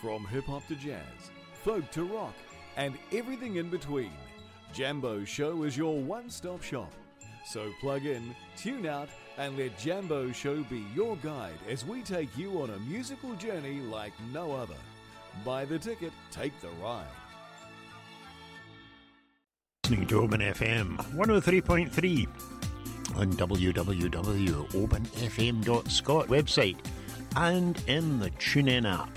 From hip hop to jazz, folk to rock, and everything in between, Jambo's show is your one stop shop. So plug in, tune out, and let Jambo's show be your guide as we take you on a musical journey like no other. Buy the ticket, take the ride. Listening to Open FM 103.3 on www.openfm.scot website and in the TuneIn app.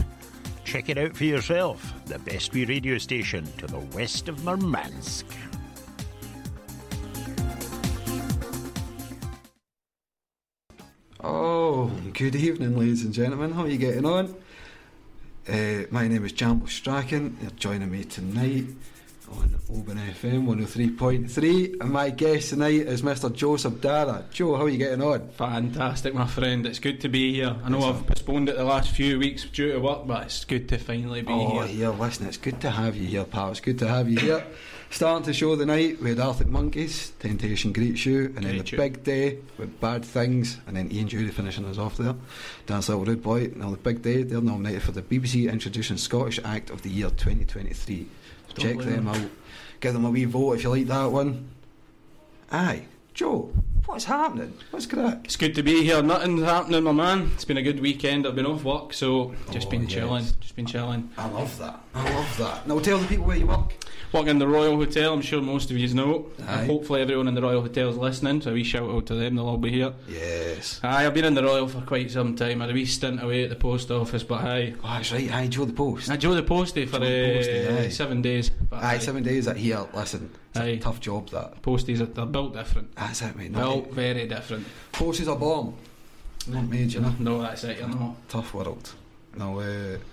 Check it out for yourself, the best wee radio station to the west of Murmansk. Oh, good evening, ladies and gentlemen. How are you getting on? Uh, my name is Jambo Strachan. You're joining me tonight on Open FM 103.3. And my guest tonight is Mr. Joseph Dara. Joe, how are you getting on? Fantastic, my friend. It's good to be here. I know I've postponed it the last few weeks due to work, but it's good to finally be oh, here. here, listen, it's good to have you here, pal. It's good to have you here. Starting to show the night with Arctic Monkeys, Temptation Greets You, and then Great the tune. big day with Bad Things, and then Ian Jury finishing us off there. Dance Little Rude Boy. Now, the big day, they're nominated for the BBC Introducing Scottish Act of the Year 2023. Check blame them them. out. Give them a wee vote if you like that one. Aye, Joe, what's happening? What's crack? It's good to be here. Nothing's happening, my man. It's been a good weekend. I've been off work, so just Oh, been yes. chilling. Just been chilling. I love that. I love that. Now, tell the people where you work. Working in the Royal Hotel. I'm sure most of you know. Aye. And hopefully, everyone in the Royal Hotel is listening. So a wee shout out to them. They'll all be here. Yes. Aye, I've been in the Royal for quite some time. I had a wee stint away at the post office, but aye. Oh, that's right. Aye, Joe the Post. I drove the postie Joe for the postie, uh, aye. seven days. But Aye, seven days at here. Listen, it's a Aye. tough job that. Posties are they're built different. That's it, mate. No, Built very different. forces are bomb. Not made, you know. No, that's it. You're not. Tough world. Now uh,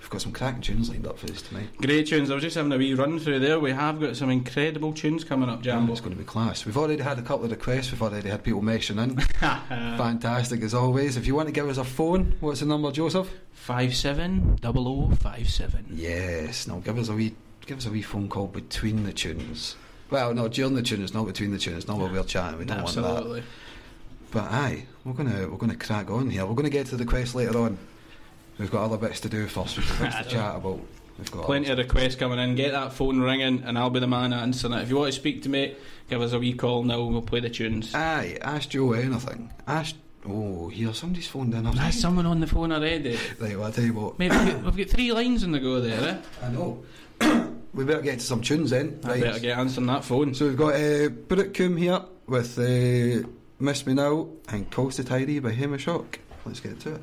we've got some cracking tunes lined up for this tonight. Great tunes. I was just having a wee run through there. We have got some incredible tunes coming up, Jambo. It's going to be class. We've already had a couple of requests. We've already had people meshing in. Uh, Fantastic as always. If you want to give us a phone, what's the number, Joseph? Five seven double o five seven. Yes. Now give us a wee, give us a wee phone call between the tunes. Well, no, during the tunes, not between the tunes. Not while we're chatting. We don't want that. Absolutely. But aye, we're gonna we're gonna crack on here. We're gonna get to the quest later on. We've got other bits to do first. We've got bits to chat about. We've got Plenty of requests coming in. Get that phone ringing, and I'll be the man answering it. If you want to speak to me, give us a wee call now. and We'll play the tunes. Aye, ask Joe anything. Ask. Oh, here somebody's phoned in. I've There's someone on the phone already. Right, well, I tell you what. Mate, we've, got, we've got three lines in the go there. Eh? I know. we better get to some tunes then. I better get answering that phone. So we've got uh, Burrit Coombe here with uh, Miss Me Now and Calls to Tidy by Hamish Hawk. Let's get to it.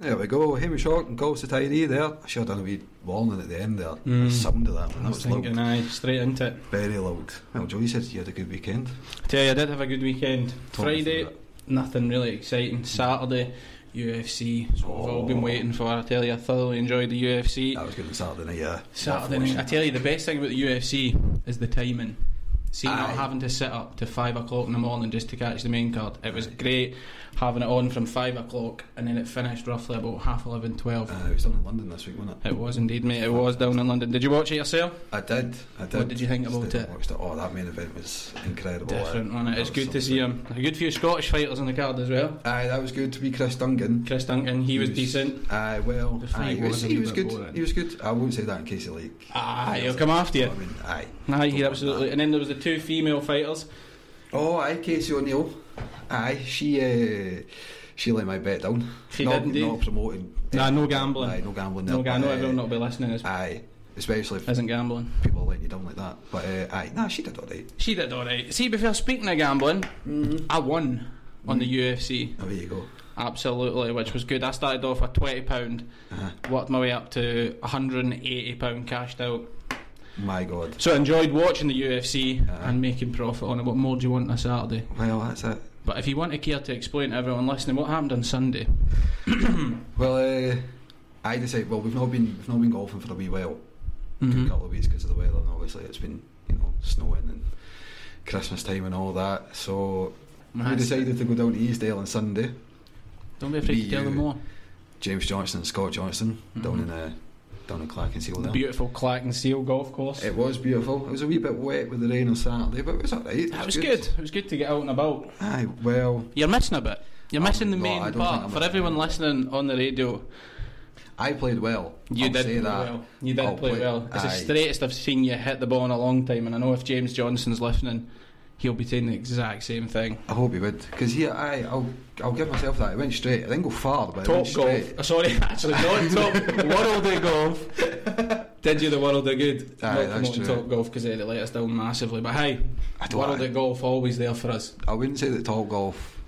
There we go, Hamish Hawk and Calls to Tidy there. I should have done a wee warning at the end there. The sound of that one, that I was was Hmm. thinking, eh? loud. aye, straight into it. Very loud. Well, Joey said you had a good weekend. Tell you, I did have a good weekend. Talk me Friday, through nothing really exciting. Saturday, UFC. So we've all been waiting for. I tell you, I thoroughly enjoyed the UFC. That was good on Saturday night, yeah. Saturday Lovely. night. I tell you, the best thing about the UFC is the timing. See, Aye. not having to sit up to five o'clock in the morning just to catch the main card. It was great having it on from five o'clock, and then it finished roughly about half 11, 12. Uh, it was down in London this week, wasn't it? It was indeed, mate. It was down in London. Did you watch it yourself? I did. I did. did you think Just about didn't it? watch Oh, that main event was incredible. Different on it. That It's was good something. to see him. A good few Scottish fighters on the card as well. Aye, that was good to be Chris Dungan. Chris Duncan, he was decent. Aye, well, The aye, fight he was, was a he wee was bit good. boring. He was good. I wouldn't say that in case he like. Ah, he'll come after I you. mean, aye. Aye, he Don't absolutely. want And then there was the two female fighters. that. Oh, aye, Casey O'Neill. Aye, she uh, she let my bet down. She not, did indeed. Not promoting. Nah, no gambling. Aye, no gambling. No, there, I know but, uh, everyone will not be listening. Is, Aye, especially if isn't gambling. people letting you down like that. But uh, aye, nah, she did all right. She did all right. See, before speaking of gambling, I won on the UFC. Oh, there you go. Absolutely, which was good. I started off with twenty pound, Uh-huh. worked my way up to hundred and eighty pound cashed out. My God. So I enjoyed watching the UFC Uh-huh. and making profit on it. What more do you want on a Saturday? Well, that's it. But if you want to care to explain to everyone listening what happened on Sunday, Well, uh, I decided. Well, we've not been we've not been golfing for a wee while, Mm-hmm. a couple of weeks because of the weather, and obviously it's been you know snowing and Christmas time and all that. So we Nice. decided to go down to Easdale on Sunday. don't be afraid Me, to tell them you. more. James Johnson and Scott Johnson down in Mm-hmm. uh, down in Clackenseal there. Beautiful Clack and Seal golf course. it was beautiful. It was a wee bit wet with the rain on Saturday, but it was alright. It That was good. It was good to get out and about. Aye, well, You're missing a bit. You're missing the no, I main don't think part I'm for missing everyone listening on the radio. I played well. You I'll did say play that. well. You did I'll play, well. It's the aye. straightest I've seen you hit the ball in a long time, and I know if James Johnson's listening, he'll be saying the exact same thing. I hope he would, because here I, I'll, I'll give myself that. It went straight. I didn't go far, but it went Top straight. golf. Oh, sorry, actually not top. World of golf. Did you the world of good? Aye, not that's promoting true. top golf because they let us down massively. But hey, I don't- world of golf always there for us. I wouldn't say that Top Golf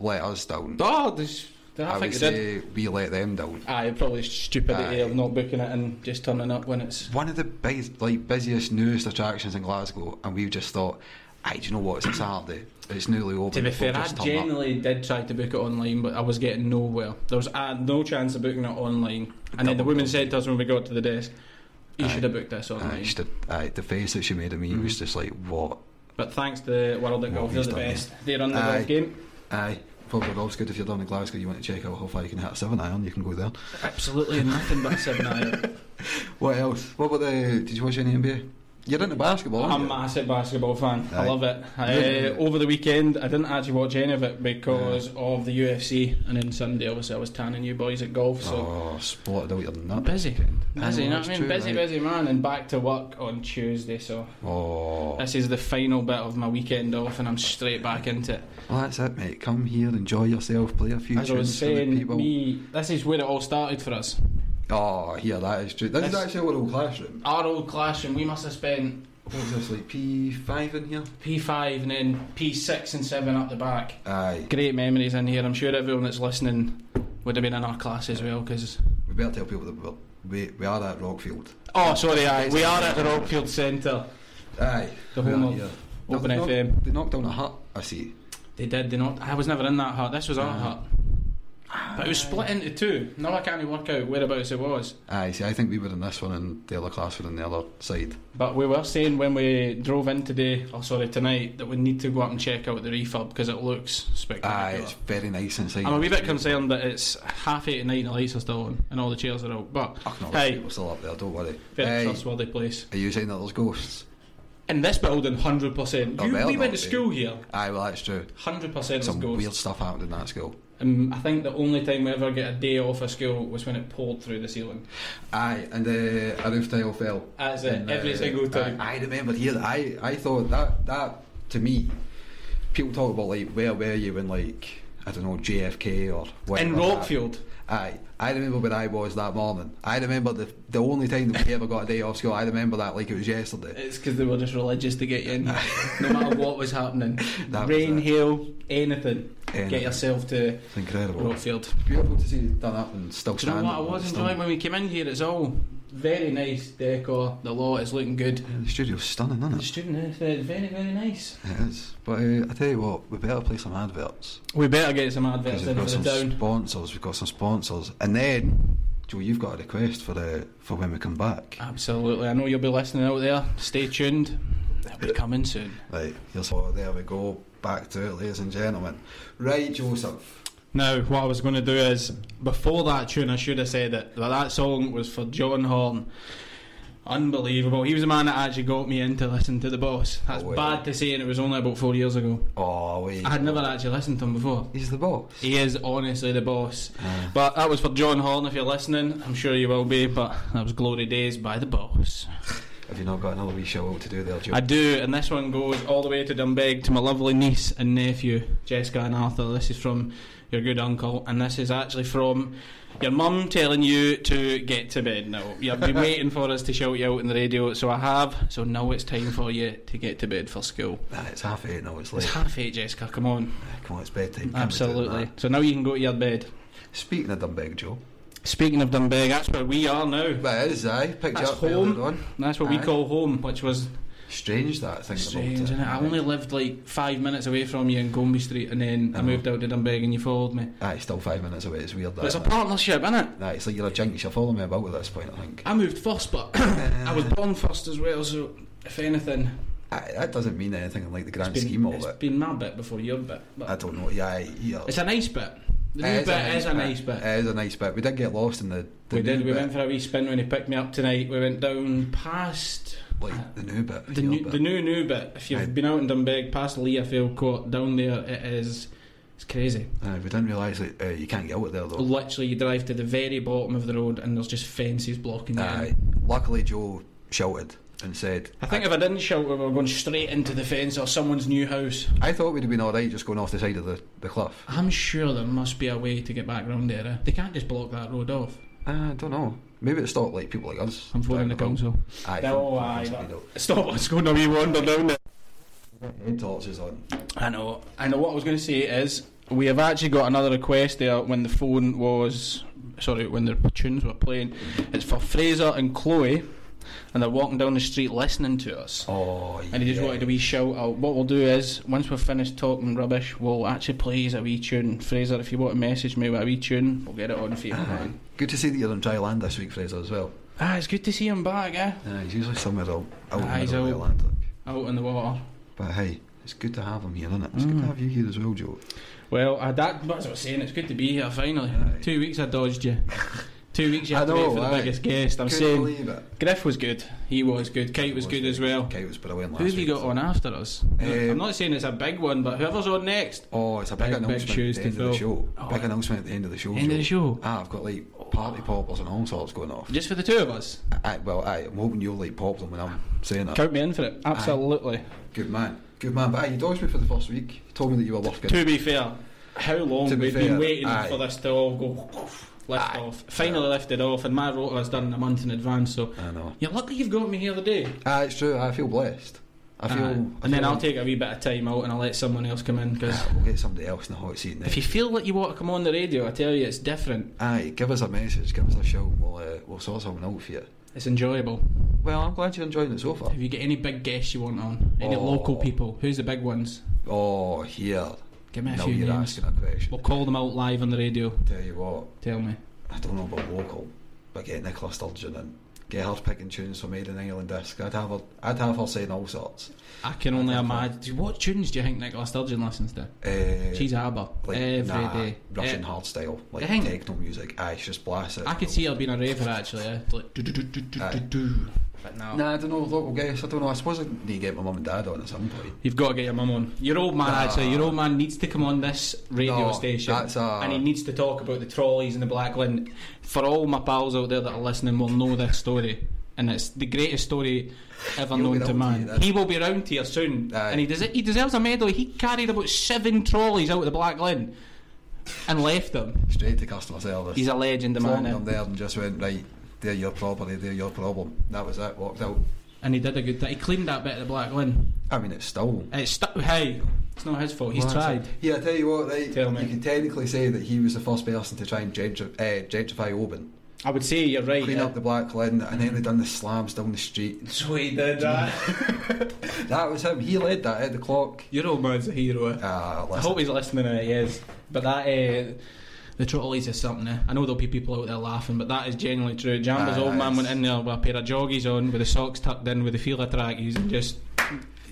let us down. Oh, this, I, I, think would they did. say we let them down. Aye, probably stupidity Aye. of not booking it and just turning up when it's One of the big, like busiest, newest attractions in Glasgow, and we just thought, "Aye, do you know what? It's a Saturday. It's nearly over. To be We'll fair, I just turn up." genuinely did try to book it online, but I was getting nowhere. There was uh, no chance of booking it online. And then the Double woman bill. said to us when we got to the desk, "You Aye. should have booked this Aye, online." just the, aye, the face that she made at me Mm-hmm. was just like, "What? But thanks to World at What Golf, they're he's the done, yeah. best. They're on the Aye. golf game. Aye, probably golf's good if you're down in Glasgow. You want to check out how far you can hit a seven iron. You can go there. Absolutely nothing but a seven iron. What else? What about the? Did you watch any NBA? You're into basketball, aren't I'm a you? massive basketball fan. I Aye. love it. Really? Uh, over the weekend, I didn't actually watch any of it because of the UFC, and then Sunday, obviously, I was tanning you boys at golf. So. Oh, spotted out your nut. Busy, busy, you know that's what I mean? true, busy, right. busy man, and back to work on Tuesday. So Oh, well, This is the final bit of my weekend off, and I'm straight back into it. that's it, mate. Come here, enjoy yourself, play a few As I tunes was for the saying, people. me, this is where it all started for us. Oh, here, that is true. This is That's- actually our old classroom. Our old classroom, we must have spent What was this like? P five in here. P5 and then P6 and 7 up the back. Aye, Great memories in here. I'm sure everyone that's listening would have been in our class as well. Because we better tell people that we're, we we are at Rockfield. oh, sorry, aye, we are at the Rockfield Centre. Aye, The we home are of here. Open they knocked- FM. They knocked down a hut. I see. They did, they not. I was never in that hut. This was our hut, but it was split into two. Now I can't even work out whereabouts it was. Aye, see, I think we were in this one, and the other class were in the other side. But we were saying when we drove in today, oh sorry, tonight, that we need to go up and check out the refurb because it looks Aye, spectacular. it's very nice inside. I'm a wee bit concerned that it's half eight at night and the lights are still on and all the chairs are out. But Ach, no, hey, people still up there. Don't worry. very Aye, trustworthy place. Are you saying that there's ghosts? In this building, hundred percent. Oh, You well we not went be. to school here, Aye, well that's true. hundred percent was Some ghosts. weird stuff happened in that school. Um, I think the only time we ever get a day off of school was when it poured through the ceiling. Aye, and uh, a roof tile fell. That's Ah, it, And, uh, every single time. I, I remember here. I I thought that that to me, people talk about like where were you in like I don't know JFK or whatever In that- Rockfield. Aye, I remember where I was that morning. I remember the the only time that we ever got a day off school. I remember that like it was yesterday. It's because they were just religious to get you in, no matter what was happening. That was Rain, it. hail, anything, Anything. Get yourself to It's incredible. Rockfield. Beautiful to see it done up and still Do you know standing. what I was Still- enjoying when we came in here? It's all very nice decor. The lot is looking good. Yeah, the studio's stunning, isn't The it? student is uh, very, very nice. It is. But uh, I tell you what, we better play some adverts. We better get some adverts Because we've in for got the some town. sponsors, we've got some sponsors, and then Joe, you've got a request for the for when we come back. Absolutely. I know you'll be listening out there. Stay tuned. It'll be coming soon. Right, here's oh, there we go. Back to it, ladies and gentlemen. Right, Joseph. Now, what I was going to do is, before that tune, I should have said it, that that song was for John Horn. Unbelievable. He was the man that actually got me into listening to The Boss. That's Oh, wow. bad to say, and it was only about four years ago. Oh wait, I had never actually listened to him before. he's the boss. He is honestly the boss. But that was for John Horn, if you're listening. I'm sure you will be, but that was Glory Days by the boss. Have you not got another wee show out to do there, Joe? I do, and this one goes all the way to Dunbeg to my lovely niece and nephew, Jessica and Arthur. This is from your good uncle, and this is actually from your mum telling you to get to bed now. You've been waiting for us to shout you out in the radio, so I have. So now it's time for you to get to bed for school. Nah, it's half eight now. It's late. It's half eight, Jessica, come on. Come on, it's bedtime. Can't be doing Absolutely. that. So now you can go to your bed. Speaking of Dunbeg, Joe. Speaking of Dunbeg, that's where we are now. That is, aye. Picked you That's up earlier home. on. That's what we Aye. call home, which was Strange that thing strange. about Innit? I only lived like five minutes away from you in Gombe Street, and then I Uh-huh. moved out to Dunbeg, and you followed me. Aye, still five minutes away. It's weird. That, But it's a isn't it? partnership, isn't it? Aye, it's like you're a jinx. You're following me about at this point, I think. I moved first, but I was born first as well. So if anything, Aye, that doesn't mean anything in like the grand it's scheme been, of it's it. been my bit before your bit. But I don't know. Yeah, aye, yeah. it's a nice bit. The new It bit is a nice bit. It is a nice bit. We did get lost in the. the new we did. We bit, went for a wee spin when he picked me up tonight. We went down past like the new bit. The your new, bit. the new new bit. If you've Aye. been out in Dunbeg, past Leah Field Court, down there it is It's crazy. Uh, we didn't realise that uh, you can't get out there though. Literally, you drive to the very bottom of the road and there's just fences blocking you. Aye. in. Uh, Luckily, Joe shouted and said, I think if I didn't shout, we were going straight into the fence or someone's new house. I thought we'd have been alright just going off the side of the, the cliff. I'm sure there must be a way to get back round there. eh? They can't just block that road off. Uh, I don't know. Maybe it stopped like people like us. I'm voting the council. Aye, No, full- aye. full speedo. that- Stop us going a wee wander down there. Head torches on. I know. I know what I was going to say is we have actually got another request there when the phone was sorry when the tunes were playing. It's for Fraser and Chloe, and they're walking down the street listening to us. Oh, yeah. And he just wanted a wee shout out. What we'll do is, once we're finished talking rubbish, we'll actually play as a wee tune. Fraser, if you want to message me with a wee tune, we'll get it on for you. Aye. Good to see that you're in dry land this week, Fraser, as well. Ah, it's good to see him back, eh? Aye, Uh, he's usually somewhere out, out Aye, in he's the middle of out. the Atlantic. Out in the water. But hey, it's good to have him here, isn't it? It's Mm. good to have you here as well, Joe. Well, I, that, that's what I was saying. It's good to be here finally. Aye. Two weeks I dodged you. Two weeks you I had to wait know, for the aye. biggest guest. I'm Couldn't saying believe it. Griff was good. He was good. Kate was good as well. Kate was brilliant last Who have you week. got on after us? Um, I'm not saying it's a big one, but whoever's on next. Oh, it's a big, Big, big announcement at shoes the to end of the fill. show. Oh, big yeah. announcement at the end of the show. End of Joe. the show. Ah, I've got like party poppers and all sorts going off. Just for the two of us. Aye, well, aye, I'm hoping you'll like pop them when I'm saying that. Count me in for it. Absolutely. Good man, good man. But aye, you dodged me for the first week. You told me that you were working. To be fair, how long To be we've fair, been waiting aye. for this to all go lift Aye. off. Finally lifted off, and my rotor's done a month in advance, so I know. you're lucky you've got me here today. Ah, it's true. I feel blessed. I feel. Aye. I and then feel- I'll take a wee bit of time out and I'll let someone else come in because Ah, We'll get somebody else in the hot seat if next. you feel that you want to come on the radio, I tell you, it's different. Aye, give us a message, give us a shout. We'll uh, we'll sort something out for you. It's enjoyable. Well, I'm glad you're enjoying it so far. Have you got any big guests you want on? Any Oh. local people? Who's the big ones? Oh, here. Give me a now few you're names. asking a question. We'll call them out live on the radio. Tell you what, Tell me. I don't know about local, but get Nicola Sturgeon in. Get her picking tunes for Made in England disc. I'd have her. I'd have her saying all sorts. I can only I think imagine. What tunes do you think Nicola Sturgeon listens to? Uh, She's ABBA like, every day. nah, Russian Eh, hard style, like you think? techno music. Aye, she just blasts it. I could see her being a raver actually. eh? Like, do, do, do, do, do, do, Aye. do. But no. Nah, I don't know. Local guess. I don't know. I suppose I need to get my mum and dad on at some point. You've got to get your mum on. Your old man, actually, your old man needs to come on this radio No, station, that's uh, a- and he needs to talk about the trolleys and the Black Lynn. For all my pals out there that are listening, will know this story, and it's the greatest story ever He'll be known round here, to man. that's- he will be round here soon, Aye. and he, des- he deserves a medal. He carried about seven trolleys out of the Black Lynn and left them. Straight to customer service. He's a legend, the Plumbed man, them eh? there and just went right. They're your property. They're your problem. That was it. Walked out. and he did a good. Th- he cleaned that bit of the Black Lynn. I mean, it's still. It's stu- hey, it's not his fault. He's Well, that's tried. it. Yeah, I tell you what, right? Tell me. You can technically say that he was the first person to try and gentri- uh, gentrify Oban, I would say you're right. clean eh? up the Black Lynn, and then they done the slams down the street. so he did that. That was him. He led that at the clock. Your old man's a hero. eh? Ah, I listen. hope he's listening and he is. But that, uh, the trolleys is something. eh? I know there'll be people out there laughing, but that is genuinely true. Jamba's Aye, old that man is. went in there with a pair of joggies on, with the socks tucked in, with the feeler trackies, and just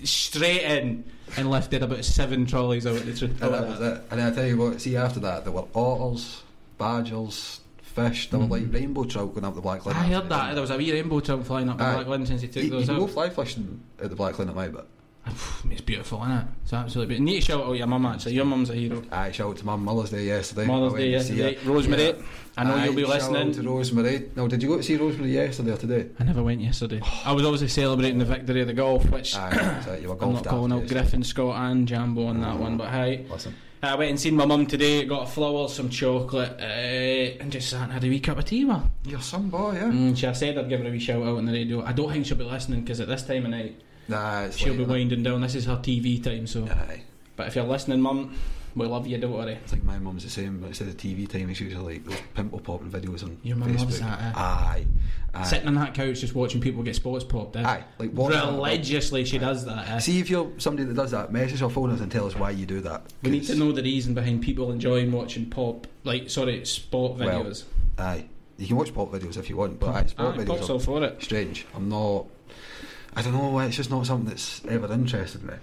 straight in and lifted about seven trolleys out the and that was tree. it. And then I tell you what. See, after that, there were otters, badgers, fish. There were like rainbow trout going up the Black Lynn. I heard that. eh, There was a wee rainbow trout flying up the Aye. black one since he took You, you those can go out. fly fishing at the Black Lynn at my bit. It's beautiful, isn't it? It's absolutely beautiful. Need to shout out your mum, actually. Your mum's a hero. Aye, shout out to my Mother's Day yesterday. Mother's I went Day to see yesterday. her. Rosemary, Yeah. I know Aye, you'll be shout out listening. to Rosemary. No, did you go to see Rosemary yesterday or today? I never went yesterday. I was obviously celebrating the victory of the golf, which Oh. Aye, so you were I'm golf not calling out daft Griffin, Scott, and Jambo on that one, but hey. Listen, I went and seen my mum today, got a flower, some chocolate, uh, and just sat and had a wee cup of tea with her. you're some boy, yeah. Mm, she I said I'd give her a wee shout out on the radio. I don't think she'll be listening because at this time of night, Nah, it's she'll like be that. winding down. This is her TV time, so. Aye, But if you're listening, mum, we love you, don't worry. I think my mum's the same, but instead of TV time, it's usually like those pimple popping videos on Your mum Facebook. loves that, eh? Aye, aye, Sitting on that couch just watching people get spots popped in. aye. Like what? Religiously, she does that. eh? See if you're somebody that does that. Message or phone us and tell us why you do that. We need 'Cause- to know the reason behind people enjoying watching pop, like sorry, sport Well, videos. Aye, you can watch pop videos if you want, but aye, sport Aye, videos pop's are all for it. strange. I'm not. I don't know. It's just not something that's ever interested me.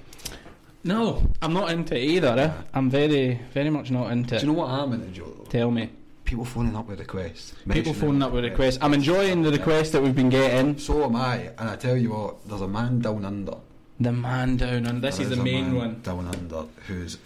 No, I'm not into it either. Eh? I'm very, very much not into. Do it. you know what I'm into, Joe? though? Tell me, People phoning up with requests. people mentioning phoning up with requests. requests. I'm enjoying the requests that we've been getting. So am I, and I tell you what, there's a man down under. The man down under. This There is the a main man one. Down under, who's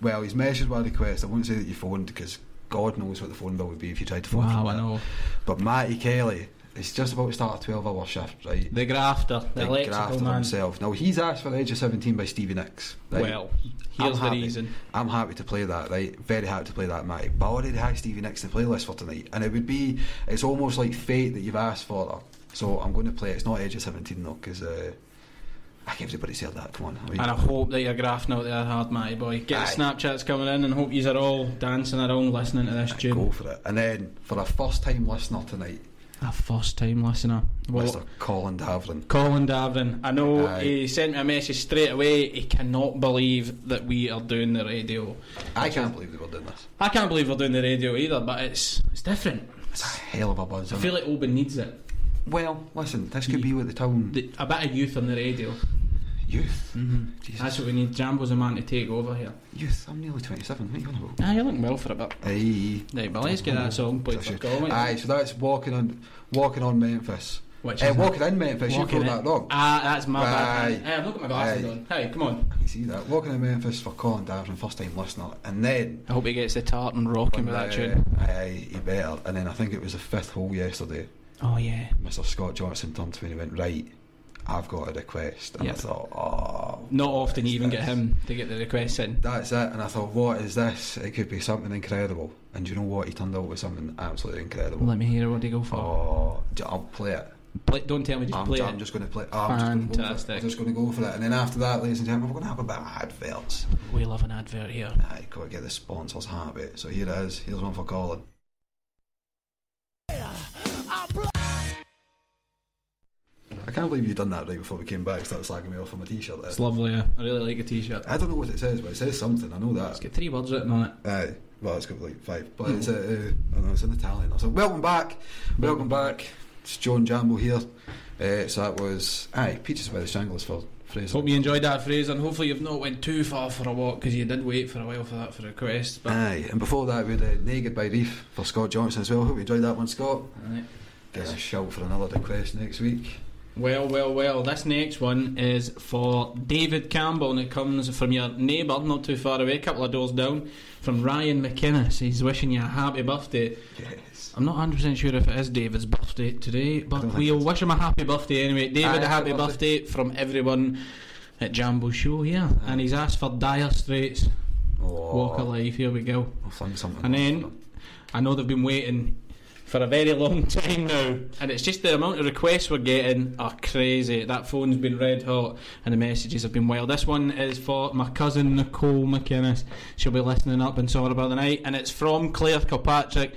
well, he's messaged my request. I won't say that you phoned because God knows what the phone bill would be if you tried to phone. Wow, from I that. know. But Matty Kelly, he's just about to start a 12 hour shift, right? The grafter, the, Big electrical grafter man. himself. Now, he's asked for the age of 17 by Stevie Nicks. right? Well, here's the happy. reason. I'm happy to play that, right? Very happy to play that, Matty. But I already had Stevie Nicks in the playlist for tonight, and it would be, it's almost like fate that you've asked for her. So I'm going to play it. It's not Age of 17 though, because uh, I think everybody's heard that. Come on. I mean, And I hope that you're grafting out there hard, matty boy. Get Aye. the Snapchats coming in and hope you're all dancing around listening to this I tune. go for it. And then for a first time listener tonight, A first time listener. Well, Mr. Colin Davlin. Colin Davran. I know Aye. he sent me a message straight away. He cannot believe that we are doing the radio. I can't believe they were doing this. I can't believe we're doing the radio either, but it's it's different. It's a hell of a buzz. I isn't it? feel like Oban needs it. Well, listen, this could be what the town The, a bit of youth on the radio. youth. Mm-hmm. Jesus, That's what we need. Jambo's a man to take over here. youth. I'm nearly 27. What are you on about? Ah, you're looking well for a bit. Aye. Right, well, let's get that song played for Colin. Aye, so that's walking on, walking on Memphis. Which Eh, is walking in Memphis. Walking you in- called that wrong. Ah, that's my Aye. bad. Hey, I've not got my glasses Aye. on. Hey, come on. I can see that. Walking in Memphis for Colin Davin, first time listener, and then. I hope he gets the tartan rocking with that uh, tune. Aye, he better. And then I think it was the fifth hole yesterday. Oh, yeah. Mr. Scott Johnson turned to me and he went, "Right, I've got a request." And I Yep. thought, "Oh, Not often you even get That's- him to get the requests in. That's it. And I thought, what is this? It could be something incredible. And you know what? He turned out with something absolutely incredible. Let me hear what they go for. oh, j- I'll play it. Play, don't tell me, just I'm, play I'm it. just going to play. Oh, I'm just Fantastic. going to go for it. And then after that, ladies and gentlemen, we're going to have a bit of adverts. We love an advert here. I got to get the sponsors happy. So here it is. Here's one for Colin. I can't believe you done that right before we came back. Started slagging me off on my t-shirt. There. It's lovely. yeah. I really like the t-shirt. I don't know what it says, but it says something. I know that. It's got three words written on it. Aye, well, it's got like five, but it's, uh, uh, I don't know, it's in Italian or something. Welcome back, welcome back. It's John Jambo here. Uh, so that was aye, Peaches by the Stranglers for Fraser. Hope you enjoyed that, Fraser, and hopefully you've not went too far for a walk because you did wait for a while for that for a request. But Aye, and before that we had uh, Naked by Reef for Scott Johnson as well. Hope you enjoyed that one, Scott. Aye. Get a shout for another request next week. well, well, well. This next one is for David Campbell, and it comes from your neighbour, not too far away, a couple of doors down, from Ryan McInnes. He's wishing you a happy birthday. Yes. I'm not 100 percent sure if it is David's birthday today, don't but think we'll so. wish him a happy birthday anyway. David, Aye, a happy happy birthday. from everyone at Jambo Show here, and he's asked for Dire Straits. Oh, Walk alive, here we go. I'll fling something. And off then- for them. I know they've been waiting for a very long time now, and it's just the amount of requests we're getting are crazy. That phone's been red hot, and the messages have been wild. This one is for my cousin Nicole McInnes. She'll be listening up and sorry about the night, and it's from Claire Kilpatrick,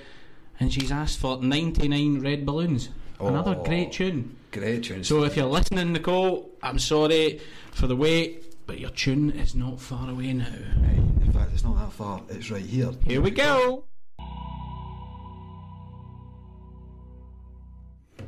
and she's asked for 99 Red Balloons. Another Oh. great tune. great tune. So if you're listening, Nicole, I'm sorry for the wait, but your tune is not far away now. Aye, in fact, it's not that far. It's right here. Here we go.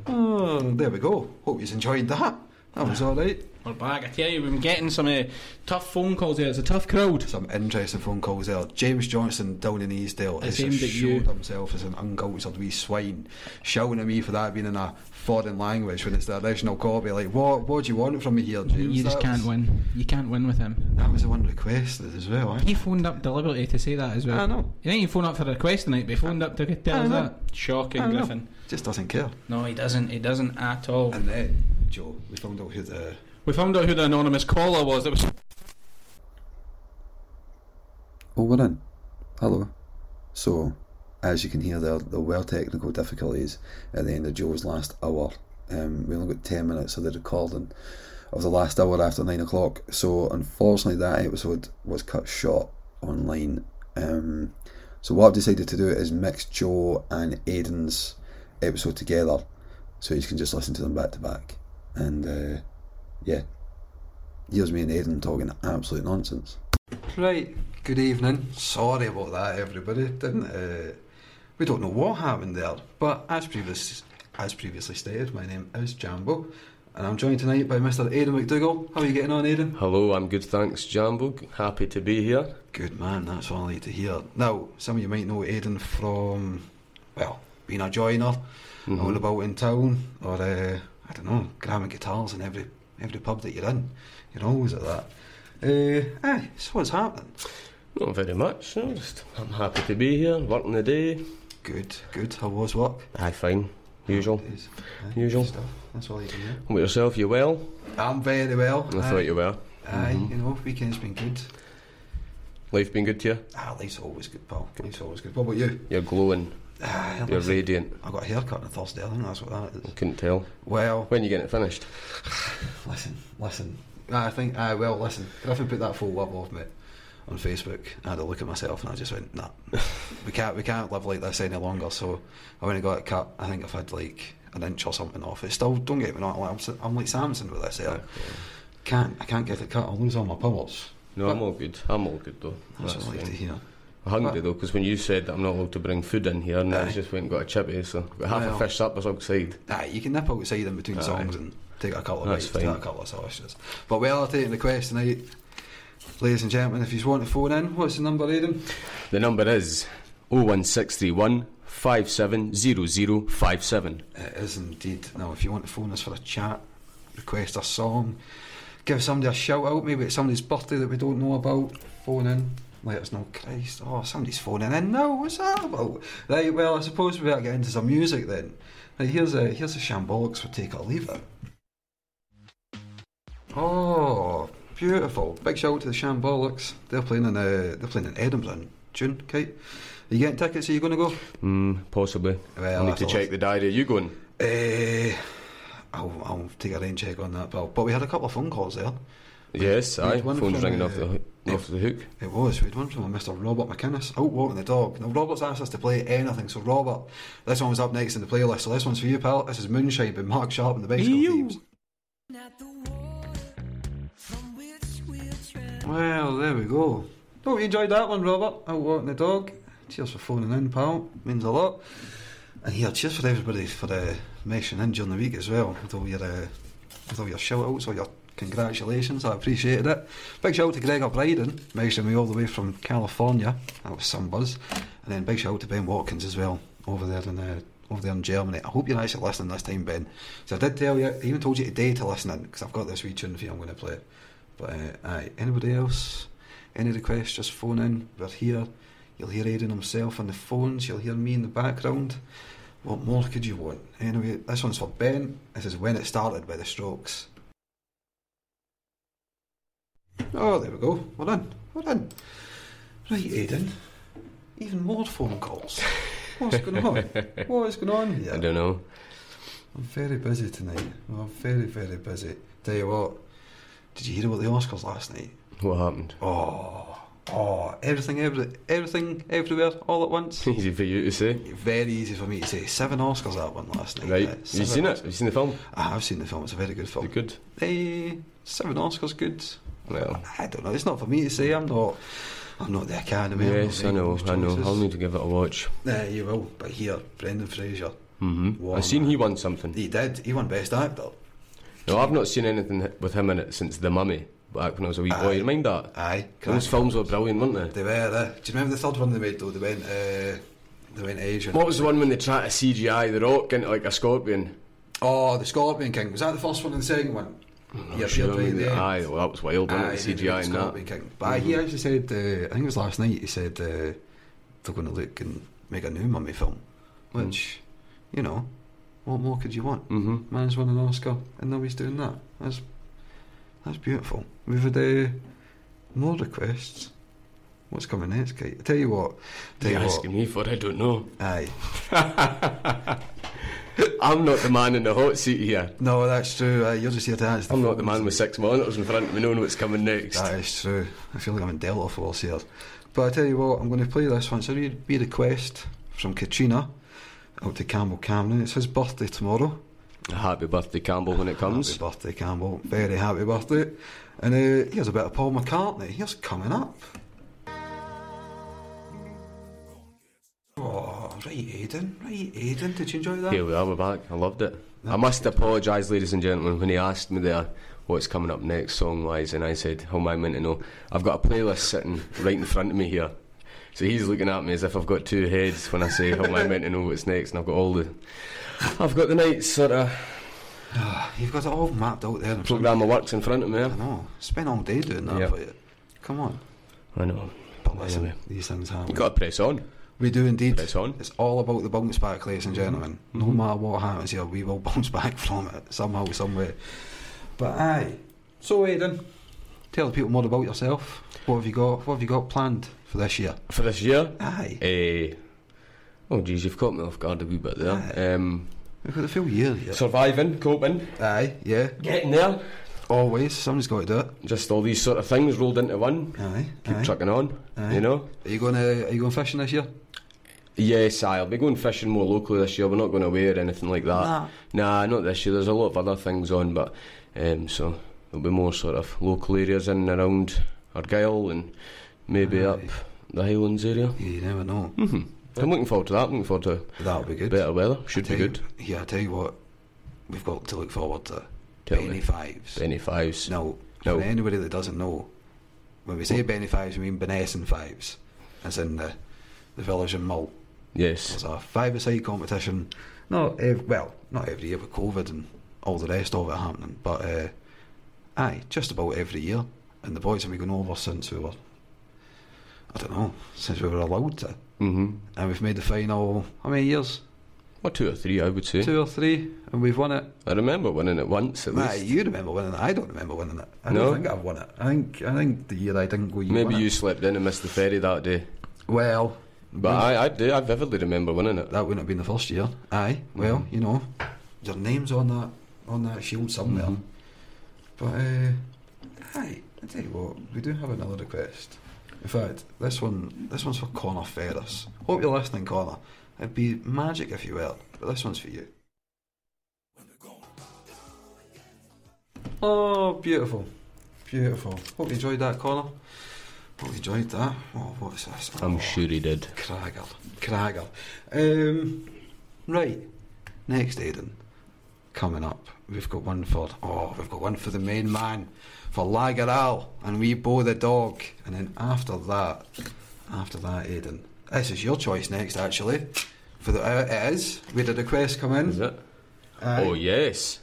Hmm. Oh, there we go. Hope you enjoyed that. That was all right. We're back. I tell you, we've been getting some uh, tough phone calls here. It's a tough crowd. some interesting phone calls there. James Johnson down in Eastdale has It's just aimed at showed you. himself as an uncultured wee swine, shouting at me for that being in a foreign language when it's the original copy. Like, what what do you want from me here, James? You just That can't was, win. You can't win with him. That was the one requested as well. Eh? He phoned up deliberately to say that as well. I know. You think he phoned up for a request tonight, but he phoned up to tell I us know. that. Shocking, I know. Griffin. Just doesn't care. No, he doesn't. He doesn't at all. And then, Joe, we found out who the. We found out who the anonymous caller was. That was Oh, we're in. Hello. So, as you can hear there, there were technical difficulties at the end of Joe's last hour. Um, we only got 10 minutes of the recording of the last hour after 9 o'clock. So, unfortunately, that episode was cut short online. Um, so, what I've decided to do is mix Joe and Aiden's episode together so you can just listen to them back to back. And uh, yeah, here's me and Aiden talking absolute nonsense. Right, good evening. Sorry about that, everybody. Didn't uh, we don't know what happened there, but as previous as previously stated, my name is Jambo, and I'm joined tonight by Mr. Aidan McDougall. How are you getting on, Aidan? Hello, I'm good, thanks, Jambo. Happy to be here. Good man, that's all I need to hear. Now, some of you might know Aidan from well, being a joiner, Mm-hmm. all about in town, or uh, I don't know, grabbing guitars in every every pub that you're in. You're always at that. Uh, aye, so what's happening? Hmm, Not very much. No, just I'm happy to be here, working the day. Good, good. How was work? Aye, fine. Usual. Yes. Aye, Usual. good Stuff. That's all you can do. What about yourself? You well? I'm very well. I thought you were. Mm-hmm. Aye, you know, weekend's been good. Life been good to you? Ah, life's always good, pal. Life's always good. What about you? You're glowing. Ah, You're listen, radiant. I got a haircut on Thursday. I think that's what that is. Couldn't tell. Well, When you getting it finished? Listen, listen. I think I well listen. Griffin put that full level of me on Facebook. I had a look at myself and I just went, nah, we can't we can't live like this any longer. So I went and got it cut. I think I've had like an inch or something off. It still don't get me wrong. Like, I'm, s- I'm like Samson with this hair. Can't I can't get it cut. I'll lose all my powers. No, I'm all good. I'm all good though. That's, That's what I like to fine. hear. I'm hungry though, because when you said that I'm not allowed to bring food in here, and I Aye. just went and got a chippy, so got half Well. a fish suppers outside. Aye, you can nip outside in between songs and take a couple of That's bites, take fine. a couple of sausages. But we are taking requests tonight, ladies and gentlemen. If you want to phone in, what's the number, Aidan? The number is 01631 570057. It is indeed. Now, if you want to phone us for a chat, request a song, give somebody a shout out, maybe it's somebody's birthday that we don't know about, phone in. Let us know, Christ. Oh, somebody's phoning in now. What's that about? Right, well, I suppose we better get into some music then. Right, here's a here's a shambolics for Take or Leave It. Oh, beautiful! Big shout out to the Shambolics. They're playing in uh, they're playing in Edinburgh in June. Kate, are you getting tickets? Are you going to go? Mm, possibly. Well, I need that's to a check lot. the diary. Are you going? Eh, I'll, I'll take a rain check on that, Bill. But we had a couple of phone calls there. Yes, we aye. had one Phone's from, ringing uh, off the, hoo- off the hook. It was. We had one from a Mr. Robert McInnes out walking the dog. Now, Robert's asked us to play anything, so Robert, this one was up next in the playlist. So this one's for you, pal. This is Moonshine by Mark Sharp and the Bicycle Thieves. Not the water from which we'll drink. Well, there we go. Hope you enjoyed that one, Robert. Out walking the dog. Cheers for phoning in, pal. Means a lot. And yeah, cheers for everybody for uh, meshing in during the week as well with all your uh, with all your shout outs, all your congratulations. I appreciated it. Big shout out to Gregor Bryden, meshing me all the way from California. That was some buzz. And then big shout out to Ben Watkins as well over there in uh, over there in Germany. I hope you're actually listening this time, Ben. So I did tell you, I even told you today to listen in because I've got this wee tune for you I'm going to play. But uh, aye, anybody else? Any requests? Just phone in. We're here. You'll hear Aidan himself on the phones. You'll hear me in the background. What more could you want? Anyway, this one's for Ben. This is When It Started by The Strokes. Oh, there we go. We're in. We're in. Right, Aidan. Even more phone calls. What's going on? what is going on here? I don't know. I'm very busy tonight. I'm very, very busy. Tell you what, did you hear about the Oscars last night? What happened? Oh, oh, everything, every, everything, everywhere, all at once. Easy for you to say. very easy for me to say. Seven Oscars that one last night. Right. yeah, you seven Oh. seen it? Oscars. Have you seen the film? I have seen the film. It's a very good Is film. it good? Eh, seven Oscars, good. Well, I don't know. It's not for me to say. I'm not. I'm not the Academy. I'm yes, I not know, making I know. those I'll choices. need to give it a watch. Nah, you will. But here, Brendan Fraser. hmm Wow, I've seen man. he won something. He did. He won Best Actor. No, I've not seen anything h- with him in it since The Mummy, back when I was a wee boy. Oh, You mind that? Aye. Those crack. films were brilliant, weren't they? They were. Uh, do you remember the third one they made though? They went. Uh, they went Asian. What was the one when they tried to CGI The Rock into like a scorpion? Oh, the Scorpion King. Was that the first one and the second one? Oh, I'm sure, I mean, aye, well, that was wild, wasn't Aye, it? they The CGI did and Scorpion that. Mm-hmm. King. But aye, he actually said, uh, I think it was last night, he said uh, they're going to look and make a new mummy film, which, you know, what more could you want? hmm Man's won an Oscar, and now he's doing that. That's that's beautiful. We've had uh, more requests. What's coming next, Kate? I tell you what. Tell You're you asking what. me for I don't know. Aye. I'm not the man in the hot seat here. No, that's true. Aye, you're just here to answer. I'm not the man phones. with six monitors in front of me knowing what's coming next. That is true. I feel like I'm in Delta Force here. But I tell you what, I'm going to play this one. It's a wee wee request from Katrina out to Campbell Cameron. It's his birthday tomorrow. Happy birthday, Campbell, when it comes. Happy birthday, Campbell. Very happy birthday. And uh, here's a bit of Paul McCartney. Here's coming up. Oh, right, Aidan. Right, Aidan. Did you enjoy that? Here we are, we're back. I loved it. I must apologise, ladies and gentlemen, when he asked me there what's coming up next song wise, and I said, How am I meant to know? I've got a playlist sitting right in front of me here. So he's looking at me as if I've got two heads when I say, How am I meant to know what's next? And I've got all the. I've got the night sort of You've got it all mapped out there. in front of programme of works in front of me. you. I know. Spent all day doing that Yeah. for you. Come on. I know. But Listen, anyway, these things happen. you got to press on. We do indeed. Press on. Mm-hmm. It's all about the bounce back, ladies and gentlemen. No matter what happens here, we will bounce back from it somehow, some way. But aye. So Aidan, tell the people more about yourself. What have you got? What have you got planned for this year? For this year, Aye. eh, oh geez, you've caught me off guard a wee bit Ah. there. Um, We've got the full year here. surviving, coping, Aye. Yeah. getting there. Always. Somebody's got to do it. Just all these sort of things rolled into one. Aye. Keep aye. trucking on, Aye. you know. Are you going to? Are you going fishing this year? Yes, I'll be going fishing more locally this year. We're not going away or anything like that. Nah. Nah, not this year. There's a lot of other things on, but um, so there'll be more sort of local areas in and around Argyll and maybe up the Highlands area. You never know. hmm I'm looking forward to that. looking forward to That'll be good. better weather. I Should be tell you- good. yeah. I tell you what, we've got to look forward to. Tell me. Penny fives. Benny fives. No. No. For anybody that doesn't know, when we say Benny Fives, we mean Benessin Fives, as in the, the village in Mull. Yes. It's a five-a-side competition. Not ev- well, not every year with COVID and all the rest of it happening, but uh, aye, just about every year. And the boys have been going over since we were, I don't know, since we were allowed to. Mm-hmm. And we've made the final how many years? Or two or three, I would say. Two or three, and we've won it. I remember winning it once at Aye, least. you remember winning it? I don't remember winning it. I No? don't think I've won it. I think I think the year I didn't go. You Maybe won you It. slept in and missed the ferry that day. Well, But I, I do. I vividly remember winning it. that wouldn't have been the first year. Aye. Well, Mm. you know, your name's on that on that shield somewhere. Mm-hmm. But uh, aye, I tell you what, we do have another request. In fact, this one this one's for Connor Ferris. Hope you're listening, Connor. It'd be magic if you were, but this one's for you. Oh, beautiful, beautiful. Hope you enjoyed that, Connor. Hope you enjoyed that. Oh, what is this? I'm Oh. sure he did. Craggle, craggle. Um, right, next, Aidan. Coming up, we've got one for oh, we've got one for the main man, for Lageral, and we bow the dog. And then after that, after that, Aidan, this is your choice next, actually. For the uh, it is. We had a request come Is in. it? Oh yes.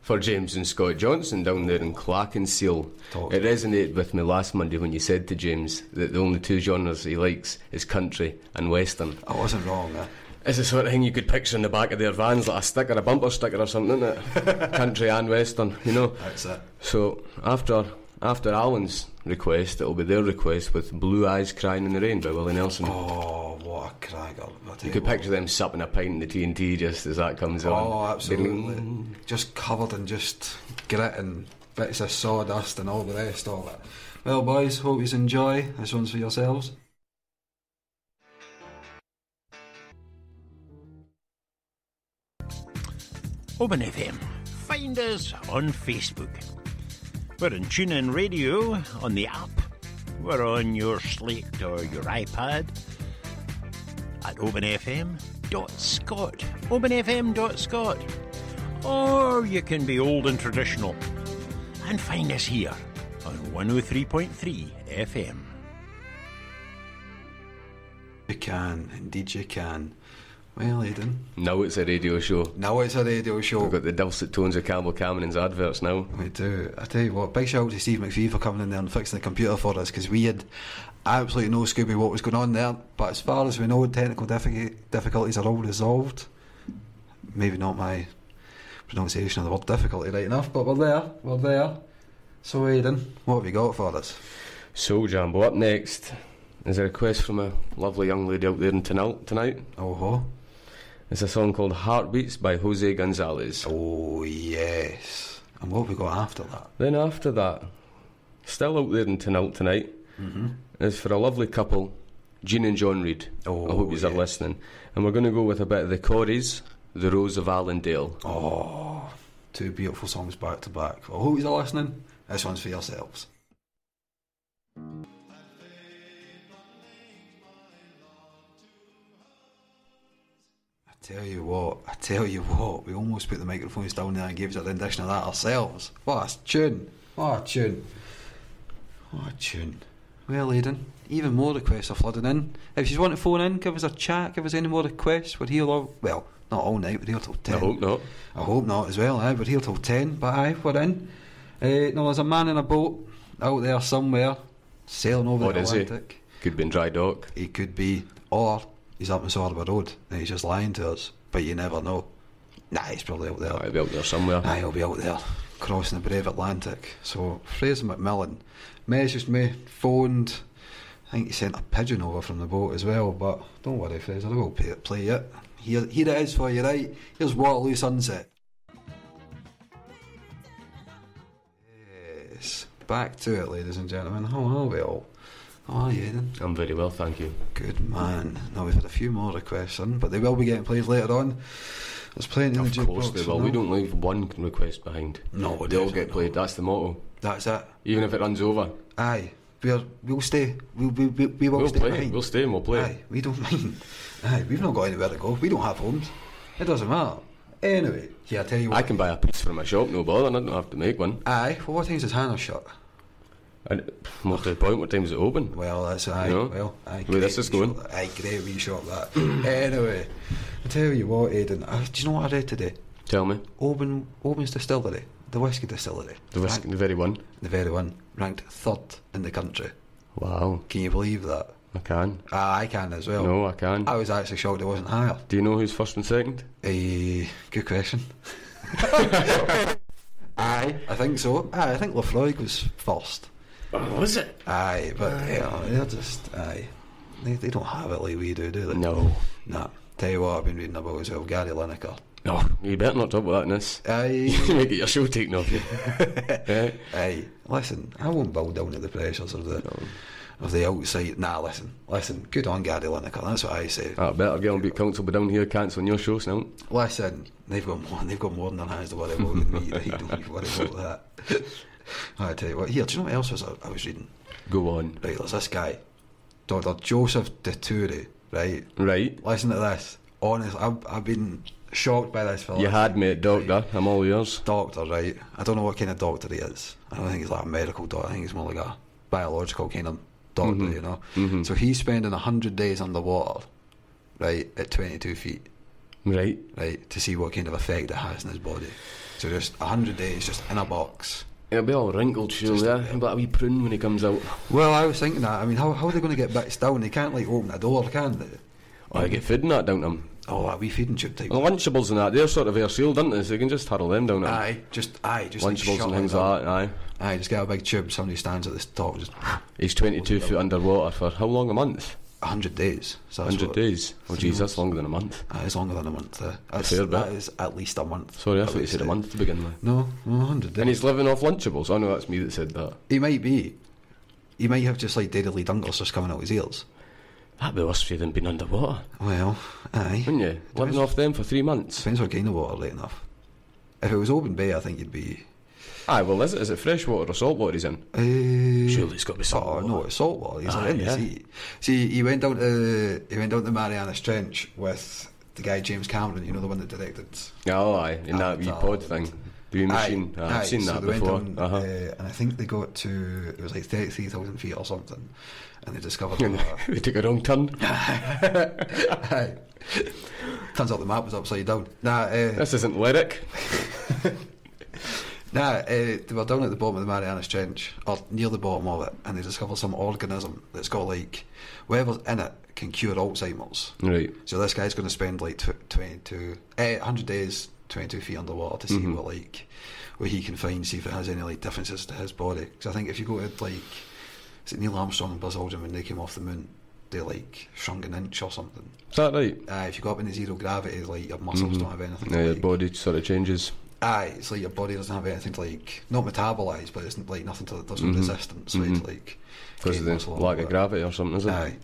For James and Scott Johnson down there in Clackenseal. Talk. It resonated with me last Monday when you said to James that the only two genres he likes is country and western. I wasn't wrong. Eh? It's the sort of thing you could picture in the back of their vans, like a sticker, a bumper sticker or something, isn't it? country and western, you know. That's it. So after after Alan's request, it'll be their request with Blue Eyes Crying in the Rain by Willie Nelson. Oh, what a craggle! I tell You could picture them supping a pint in the TNT just as that comes on. Oh, absolutely. Just covered in just grit and bits of sawdust and all the rest of it. Well, boys, hope you enjoy. This one's for yourselves. Open FM. Find us on Facebook. We're on TuneIn Radio on the app. We're on your slate or your iPad at openfm.scot. openfm.scot. Or you can be old and traditional and find us here on 103.3 FM. You can, indeed you can. Well, Aidan, Now it's a radio show. now it's a radio show. We've got the dulcet tones of Campbell Cameron's adverts now. We do. I tell you what, big shout out to Steve McPhee for coming in there and fixing the computer for us because we had absolutely no Scooby what was going on there. But as far as we know, technical diffi- difficulties are all resolved. Maybe not my pronunciation of the word difficulty right enough, but we're there. We're there. So, Aidan, what have you got for us? So, Jambo, up next is a request from a lovely young lady out there in Tinal tonight. Oh, ho. It's a song called Heartbeats by Jose Gonzalez. oh yes. And what have we got after that? Then, after that, still out there in Tinal tonight, Mm-hmm. is for a lovely couple, Gene and John Reed. Oh, I hope you are yeah. listening. And we're going to go with a bit of the Corys, The Rose of Allendale. Oh, two beautiful songs back to back. Oh, I hope you're listening. This one's for yourselves. I Tell you what, I tell you what, we almost put the microphones down there and gave us a rendition of that ourselves. What a tune! What a tune! What a tune! Well, Aidan, even more requests are flooding in. If you want to phone in, give us a chat, give us any more requests. We're here all well, not all night. We're here till ten. I hope not. I hope not as well. Aye, we're here Eh, till ten, but aye, we're in. Uh, no, there's a man in a boat out there somewhere, sailing over Or the is he? Atlantic. Could be in dry dock. He? could be, or he's up in Sorba Road and he's just lying to us. But you never know. Nah, he's probably out there. Might be out there somewhere. Aye, he'll be out there crossing the brave Atlantic. So Fraser McMillan messaged me, phoned. I think he sent a pigeon over from the boat as well. But don't worry, Fraser, I will play it. Play it. Here, here it is for you, right? Here's Waterloo Sunset. Yes, back to it, ladies and gentlemen. How are we all? How are you, then? I'm very well, thank you. Good man. Now we've had a few more requests in, but they will be getting played later on. There's plenty in Of the course jukebox they for will. We now. don't leave one request behind. No, they all definitely get played. That's the motto. That's it. Even if it runs over, Aye, we're, we'll stay. We, we, we, we will we'll stay play. behind. We'll stay and we'll play. Aye, we don't mind. Aye, we've not got anywhere to go. We don't have homes. It doesn't matter. Anyway, yeah, I tell you I what. can buy a piece from a shop, no bother. and I don't have to make one. Aye, well, what time's is Hannah shut? And more to the point, what time is it open? Well, that's aye. No. Well, aye. Where this great is wee going. shot- aye, great wee shot that. anyway, I tell you what, Aidan. Uh, do you know what I read today? Tell me. Oban, Oban's distillery, the whiskey distillery, The, whisk- the very one. the very one, ranked third in the country. Wow, Can you believe that? I can. Ah, I can as well. No, I can. I was actually shocked it wasn't higher. Do you know who's first and second? Eh, good question. Aye, I think so. Aye, I think Lefroy was first. was it? Aye, but you know, they're just aye. They, they don't have it like we do, do they? No. Nah. Tell you what, I've been reading about as well. Gary Lineker. No, Uh, you better not talk about that, Nis. Aye, you make it your show taken off you. Eh? aye. Listen, I won't bow down to the pressures of the of the outside. Nah, listen, listen. Good on Gary Lineker. That's what I say. Ah, I better get on beat council, but down here cancelling your shows now. Listen, they've got more. They've got more than their hands to worry about than me. They don't you worry about that. I tell you what. Here, do you know what else was I, I was reading? Go on. Right, there's this guy, Doctor Joseph Deturi. Right, Right. listen to this. Honest, I've, I've been shocked by this fella. You had me at doctor. I'm all yours. doctor, right? I don't know what kind of doctor he is. I don't think he's like a medical doctor. I think he's more like a biological kind of doctor, Mm-hmm. you know. So he's spending hundred days underwater, right, at twenty-two feet. Right. right, to see what kind of effect it has on his body. So just 100 days just in a box. It'll be all wrinkled, surely. eh? He'll be like a wee prune when he comes out. Well, I was thinking that. I mean, how, how are they going to get back down? They can't, like, open a door, can they? Oh, I get food and that down to him. Oh, that wee feeding tube type. Well, Lunchables and that, they're sort of air sealed, aren't they? So you can just huddle them down. at him. Aye, just, aye, just like, Lunchables shut and things it up. like that, aye. Aye, just get a big tube, somebody stands at the top, just He's 22 foot underwater for how long a month? 100 days. So that's 100 what- days. Oh, jeez, that's longer than a month. Aye, it's longer than a month. Uh, that's, fair bit. that is at least a month. Sorry, I At thought you least, said a uh, month to begin with. No, no, 100 days. And he's living off Lunchables. Oh, no, that's me that said that. he might be. He might have just, like, Daily Dunkers just coming out his ears. That'd be worse for you than being underwater, Well, aye. wouldn't you? Living off them for three months. Depends what kind of water, late enough. If it was open bay, I think you'd be. Aye, well, is it, is it fresh water or salt water he's in? Uh, Surely it's got to be salt oh water. no, it's salt water. He's Ah, not in yeah. the sea. See, he went down to he went down to Marianas Trench with the guy James Cameron. You know the one that directed. Oh, aye, in that wee Avatar. pod thing. The wee machine. Aye, I've seen so that they went before. down, uh-huh. uh, and I think they got to it was like thirty three thousand feet or something, and they discovered. they took a wrong turn. Aye. Turns out the map was upside down. Nah, uh, this isn't lyric. Nah, uh, they were down at the bottom of the Marianas Trench, or near the bottom of it, and they discovered some organism that's got like whatever's in it can cure Alzheimer's. Right. So this guy's going to spend like tw- 22, eh, 100 days, 22 feet underwater to see Mm-hmm. what like what he can find, see if it has any like differences to his body. Because I think if you go to like, is it Neil Armstrong and Buzz Aldrin when they came off the moon, they like shrunk an inch or something. Is that right? Uh, if you go up into zero gravity, like your muscles don't have anything. to, Mm-hmm. Yeah, your like- body sort of changes. Aye, it's like your body doesn't have anything to like not metabolise, but it's like nothing to there's no resistance way to like Mm-hmm. Because gain of the muscle or lack of whatever. gravity or something, is it? Aye,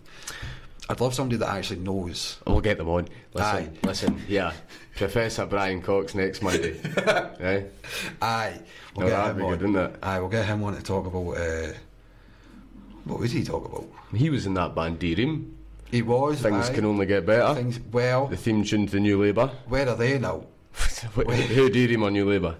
I'd love somebody that actually knows. We'll get them on. Listen, Aye. listen, yeah. Professor Brian Cox next Monday. eh? Aye, we'll No, get that'd him be on. good, wouldn't it? Aye, we'll get him on to talk about. Uh, what would he talk about? He was in that band Deerim. He was Things aye, can only get better. things. Well, The theme tune to the New Labour. where are they now? Who Deerim on New Labour?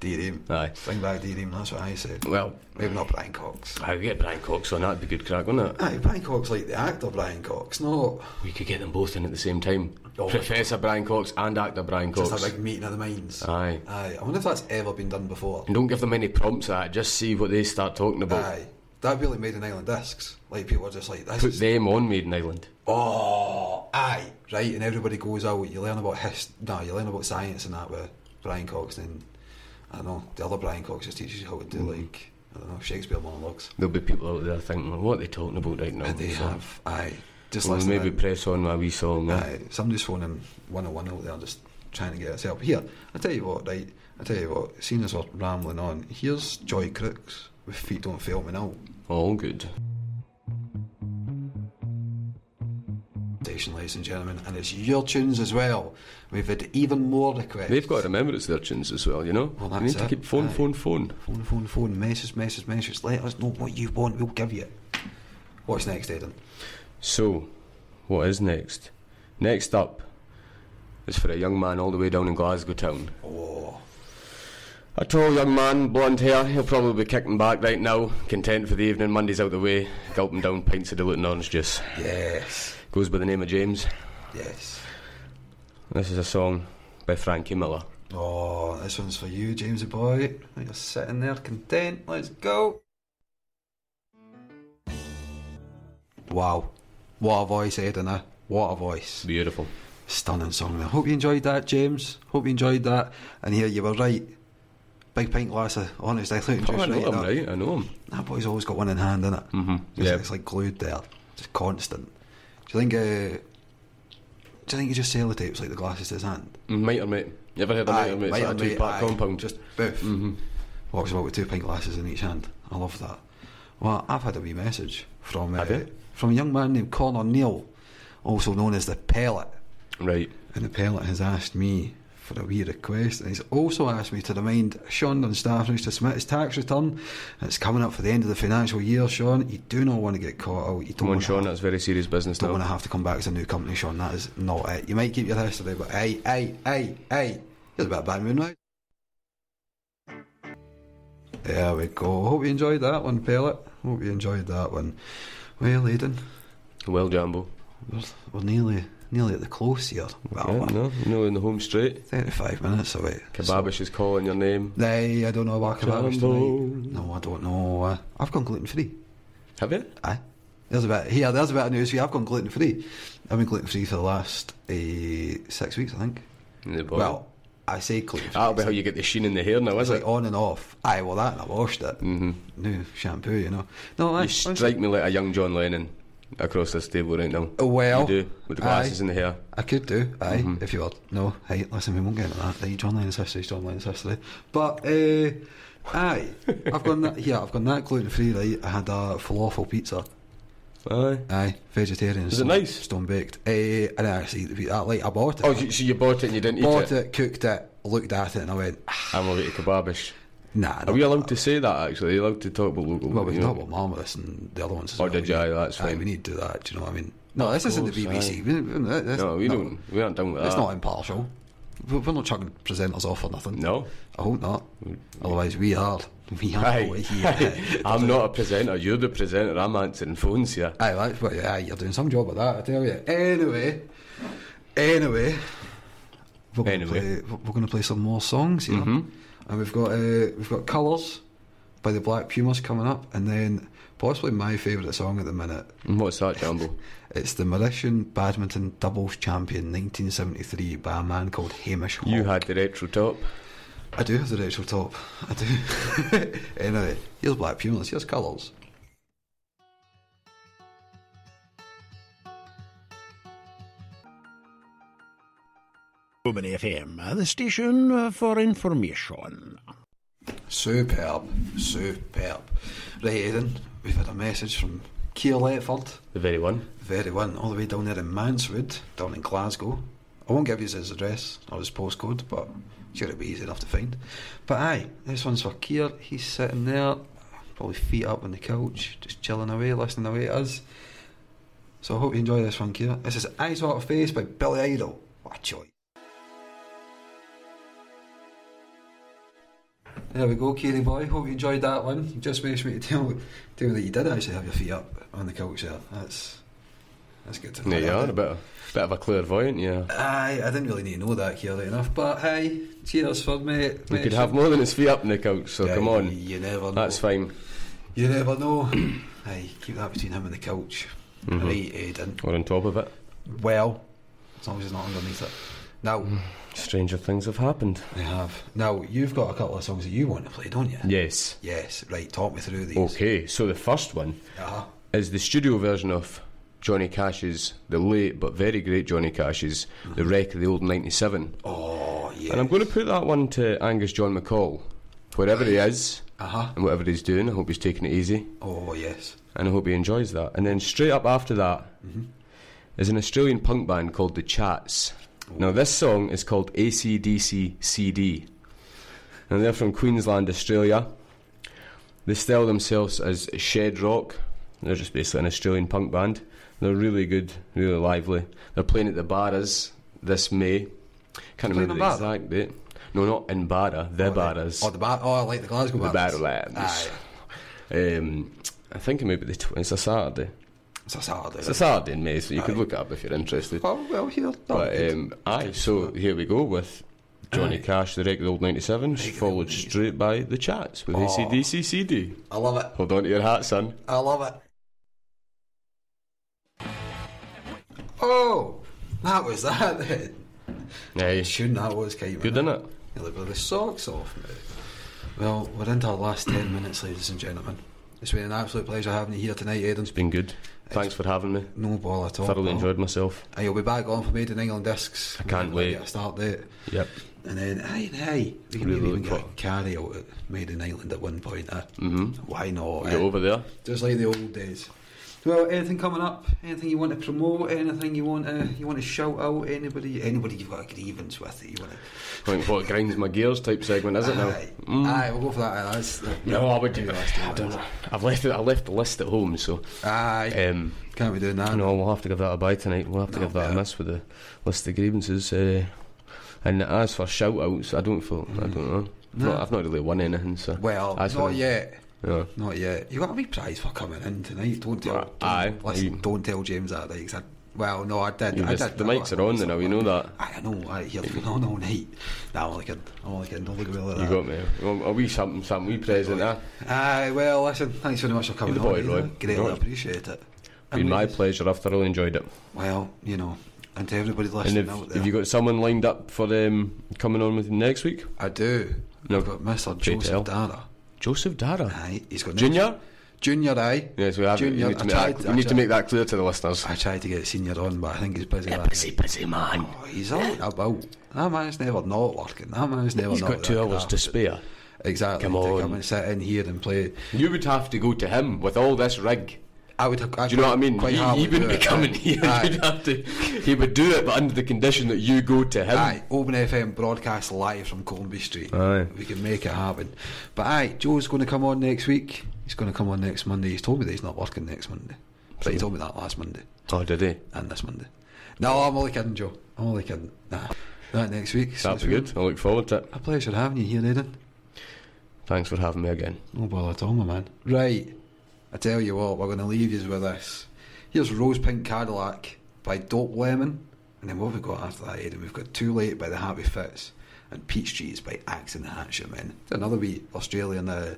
Deerim. Aye. Bring back Deerim. That's what I said. Well, Maybe not Brian Cox. I could get Brian Cox on. That'd be good crack, wouldn't it? Aye, Brian Cox like the actor Brian Cox, not We could get them both in at the same time. Oh. Professor Brian Cox and actor Brian Cox. just a big meeting of the minds. Aye. Aye, I wonder if that's ever been done before. And don't give them any prompts at it. Just see what they start talking about. Aye. That'd be like Maiden Island discs. Like people are just like this. Put is- them on Maiden Island. Oh, aye, right. And everybody goes out. You learn about hist. No, you learn about science and that with Brian Cox. And I don't know the other Brian Cox just teaches you how to do Mm. like I don't know Shakespeare monologues. There'll be people out there thinking, well, what are they talking about right now? And they So, have aye. Just we'll listen. maybe in. press on my wee song. eh? Aye, somebody's phoning 101 out there just trying to get us help. Here, I tell you what, right, I tell you what, seeing as we're rambling on, here's Joy Crooks with Feet Don't Fail Me Now. All good. Station, ladies and gentlemen, and it's your tunes as well. We've had even more requests. They've got to remember it's their tunes as well, you know? Well, they need that's to it. keep phone, Aye. phone, phone. phone, phone, phone, message, message, message. Let us know what you want, we'll give you. it. What's next, Aidan? So, what is next? Next up is for a young man all the way down in Glasgow town. Oh, A tall young man, blonde hair, he'll probably be kicking back right now, content for the evening, Monday's out the way, gulping down pints of diluted orange juice. yes, Goes by the name of James. yes. This is a song by Frankie Miller. Oh, this one's for you, Jamesy boy. You're sitting there content. Let's go. Wow. What a voice, Edina. What a voice. Beautiful. Stunning song there. Hope you enjoyed that, James. Hope you enjoyed that. And here you were right. Big pint glass of honest, I think Oh, I just know right. him, up. right? I know him. That boy's always got one in hand, innit? Mm-hmm. It's, Yeah. it's like glued there. Just constant. Do you think uh, do you think he just sellotapes like the glasses to his hand? Mate or mate. You ever heard of mate or mate? It's mate, like a mate, two part aye. compound. Mm-hmm. Just boof. Walks about with two pint glasses in each hand. I love that. Well, I've had a wee message from uh, Have you? from a young man named Connor Neal, also known as the Pellet. Right. And the Pellet has asked me for a wee request, and he's also asked me to remind Sean and Staffridge to submit his tax return. It's coming up for the end of the financial year, Sean. You do not want to get caught out. You don't Come on, want Sean, to that's very serious business don't want now. to have to come back as a new company, Sean. That is not it. You might keep your history, but hey, hey, hey, hey. Here's a bit of bad moon right? There we go. Hope you enjoyed that one, Pellet. Hope you enjoyed that one. Well, Aidan, Well, Jambo. we're, we're nearly nearly at the close here. Well, Yeah, we're no, you know, in the home straight. 35 minutes away. Kebabish is calling your name. Nay, I don't know about kebabs Jumbo. tonight. No, I don't know. Uh, I've gone gluten free. Have you? Aye. There's about here. There's about news for you. I've gone gluten free. I've been gluten free for the last uh, six weeks, I think. In the bottom. Well, I say gluten free. that'll be how you get the sheen in the hair now, It's is Ah, it? like on and off. Aye, well that and I washed it. hmm New shampoo, you know. No, I You strike me like a young John Lennon across this table right now. Oh, well, You do, with the glasses aye. in the hair. I could do. Aye, Mhm. if you were. No, hey, listen, we won't get into that. Aye, John Lennon's history, is John Lennon's history. But uh, aye, I've gone that. Yeah, I've gone that gluten free. Right, I had a falafel pizza. Aye. Aye, vegetarian. Is it nice? Stone baked. Uh, and I actually eat the pizza. Like I bought it. Oh, you- so you bought it and you didn't bought eat it? it, cooked it, looked at it, and I went, "Ah, I'm a bit kebabish. nah. Are we allowed to say that, actually? Are you allowed to talk about local? Well, we've you know? not about Marmaris and the other ones. as Or well. Oh, did We you? need- Aye, that's fine. we need to do that. Do you know what I mean? No, this isn't the course, BBC. We- we- this- No, we don't. Ah. We aren't done with It's that. not impartial. We're we're not chucking presenters off or nothing. No. I hope not. Otherwise, we are. We are Aye. over here. I'm not a presenter. You're the presenter. I'm answering phones here. Aye, that's what, aye, you're doing some job with that, I tell you. Anyway, anyway, we're gonna Anyway. Mm-hmm. play, we're going to play some more songs here, and we've got uh, we've got Colours by the Black Pumas coming up, and then possibly my favourite song at the minute. And What's that, Jambo? It's the Mauritian Badminton Doubles Champion 1973 by a man called Hamish Hall. you had the retro top. I do have the retro top. I do. anyway, here's Black Pumas, here's Colours. Woman FM, the station for information. Superb, superb. Right, Aidan, we've had a message from Keir Letford, The very one. the very one, all the way down there in Manswood, down in Glasgow. I won't give you his address or his postcode, but sure it'll be easy enough to find. But aye, this one's for Keir. He's sitting there, probably feet up on the couch, just chilling away, listening away to us. So I hope you enjoy this one, Keir. This is Eyes Out of Face by Billy Idol. What a choice. There we go, Kieran boy. Hope you enjoyed that one. You just made me to tell, tell that you did actually have your feet up on the couch there. That's that's good to know. There you I are. A didn't- bit, of, bit of a clairvoyant, yeah. Aye, I didn't really need to know that, Kieran, enough. But hey, cheers for me. You could have more than his feet up in the couch, so come on. You never know. That's fine. You never know. Aye, keep that between him and the couch. Mm-hmm. Right, Aidan. Or on top of it. Well, as long as he's not underneath it. Now, Mm. Stranger things have happened. they have. Now, you've got a couple of songs that you want to play, don't you? Yes. Yes, right, talk me through these. Okay, so the first one Uh-huh. is the studio version of Johnny Cash's, the late but very great Johnny Cash's, The Wreck of the Old 97. Oh, yeah. And I'm going to put that one to Angus John McCall. Wherever he is Uh-huh. and whatever he's doing, I hope he's taking it easy Oh, yes. and I hope he enjoys that. And then straight up after that is Mm-hmm. an Australian punk band called The Chats. Now, this song is called ACDC CD. And they're from Queensland, Australia. They style themselves as Shed Rock. They're just basically an Australian punk band. They're really good, really lively. They're playing at the Barras this May. Can't Playing remember in the Barra? exact date. No, not in Barra, the oh, Barras. The, oh, the bar. Oh, I like the Glasgow the Barras. Barra Labs. Aye, Um, I think it may be the tw- it's a Saturday. it's a Saturday. It's a Saturday in May, so you could look it up if you're interested. Oh, well, here. But um, aye, so here we go with Johnny Cash, the regular old Oh. 97s, followed straight by the chats with ACDC CD. I love it. Hold on to your hat, son. I love it. Oh, that was that then. Aye, Tune that was, Kate. good innit? You look with the socks off, mate. Well, we're into our last 10 minutes, ladies and gentlemen. It's been an absolute pleasure having you here tonight, Aidan. Been good. Thanks for having me. No ball at all. Thoroughly pal. enjoyed myself. And you'll be back on for Made in England discs. I can't wait. Get a start date. Yep. And then, aye, aye, we can Really maybe even look get a for- carry out at Made in England at one point. Eh? mm Why not? Mm-hmm. Get eh? over there. Just like the old days. Well, anything coming up? Anything you want to promote? Anything you want to you want to shout out? Anybody? Anybody you've got a grievance with that you want to? I think what grinds my gears type segment, is it now? Aye, aye, we'll go for that. aye, That's, that- No, I would do the that. last I don't know. I've left, it, I left the list at home, so. Aye, Um, can't be doing that. No, we'll have to give that a bye tonight. We'll have to No, give that a yeah. miss with the list of grievances. Uh, and as for shout outs, I don't feel, I don't know. I've not- I've not really won anything, so. Hmm. Well, as for not the- yet. No. Not yet. You got a wee prize for coming in tonight. Don't tell. Uh, don't- aye. Listen, You- don't tell James that. Like, 'cause I, well, no, I did. You I just- did the mics are on now, you know that. Aye, I know. I hear you on all night. Nah, I'm only kidding. I'm only kidding. Don't look at me like You that. got me. A a wee something, something, wee present, eh? Aye, well, listen, thanks very much for coming You're the boy, on. Roy. Aidan. Greatly Roy. appreciate it. Been my Amazing. pleasure. I've thoroughly enjoyed it. Well, you know, and to everybody And listening if, out there, have you got someone lined up for um, coming on with you next week? I do. No. I've got Mr. Pray tell. Joseph Dara. Joseph Dara. Aye, he's got Junior? Junior, aye. Yes, we have. Junior. you need, to I make, tried, that, I you need to tried- make that clear to the listeners. I tried to get senior on, but I think he's busy. A that busy, night. busy man. Oh, he's out and about. That man's never not working. That man's never He's not got two working hours after. to spare. Exactly. Come to on. come and sit in here and play. You would have to go to him with all this rig. I would. I Do you know what I mean? Quite He, happily he wouldn't do be it, coming aye. here. Aye. You'd have to, he would do it, but under the condition that you go to him. Aye, Open FM broadcast live from Colby Street. Aye. We can make it happen. But aye, Joe's going to come on next week. He's going to come on next Monday. He's told me that he's not working next Monday. But he told me that last Monday Oh, did he? and this Monday. No, I'm only kidding, Joe. I'm only kidding. Nah, not next week. So That'd it's be good. I look forward to it. been A pleasure having you here, Aidan. Thanks for having me again. No bother Oh, at all, my man. Right, I tell you what, we're going to leave you with this. Here's Rose Pink Cadillac by Dope Lemon. And then what have we got after that, Aidan? We've got Too Late by The Happy Fits and Peach Trees by Axe and the Hatchet Men. It's another wee Australian uh,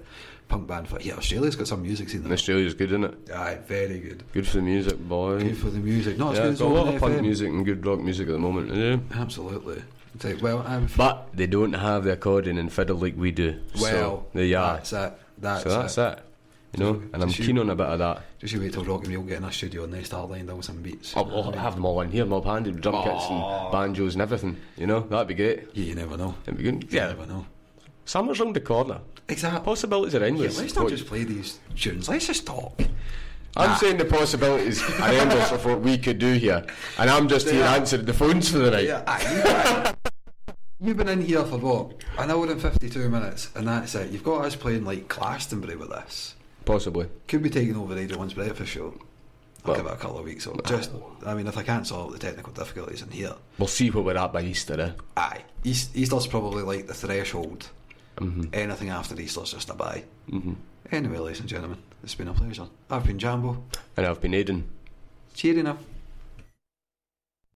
punk band. For, yeah, Australia's got some music scene. And there. Australia's good, isn't it? Aye, very good. Good for the music, boy. Good for the music. No, it's yeah, good as there's a well lot on of punk FM. music and good rock music at the moment. Yeah. Absolutely. It's like, well, I'm But they don't have the accordion and fiddle like we do. well. so there you are. That's it. That's, so that's it. it. You know, Just- and I'm just you- keen on a bit of that. Just you wait till Rock and Roll get in our studio and they start lining down some beats. I'll, I'll have them all in here, mob handed, with drum kits and banjos and everything. You know, that'd be great. Yeah, you never know. It'd be good. You Yeah, never know. Summer's round the corner. Exactly. Possibilities are Yeah, endless. let's not What- just play these tunes. Let's just talk. I'm saying the possibilities are endless of what we could do here, and I'm just here Yeah. answering the phones for the night. Yeah, aye, you- we've been in here for what an hour and fifty-two minutes, and that's it. You've got us playing like Glastonbury with this. Possibly. Could be taking over Radio One's breakfast show. I'll Well- give it a couple of weeks. Or just, I mean, if I can't solve the technical difficulties in here, We'll see where we're at by Easter, eh? aye, East, Easter's probably like the threshold. Anything after Easter's just a bye. Mm-hmm. Anyway, ladies and gentlemen, it's been a pleasure. I've been Jambo. And I've been Aiden. Cheering up.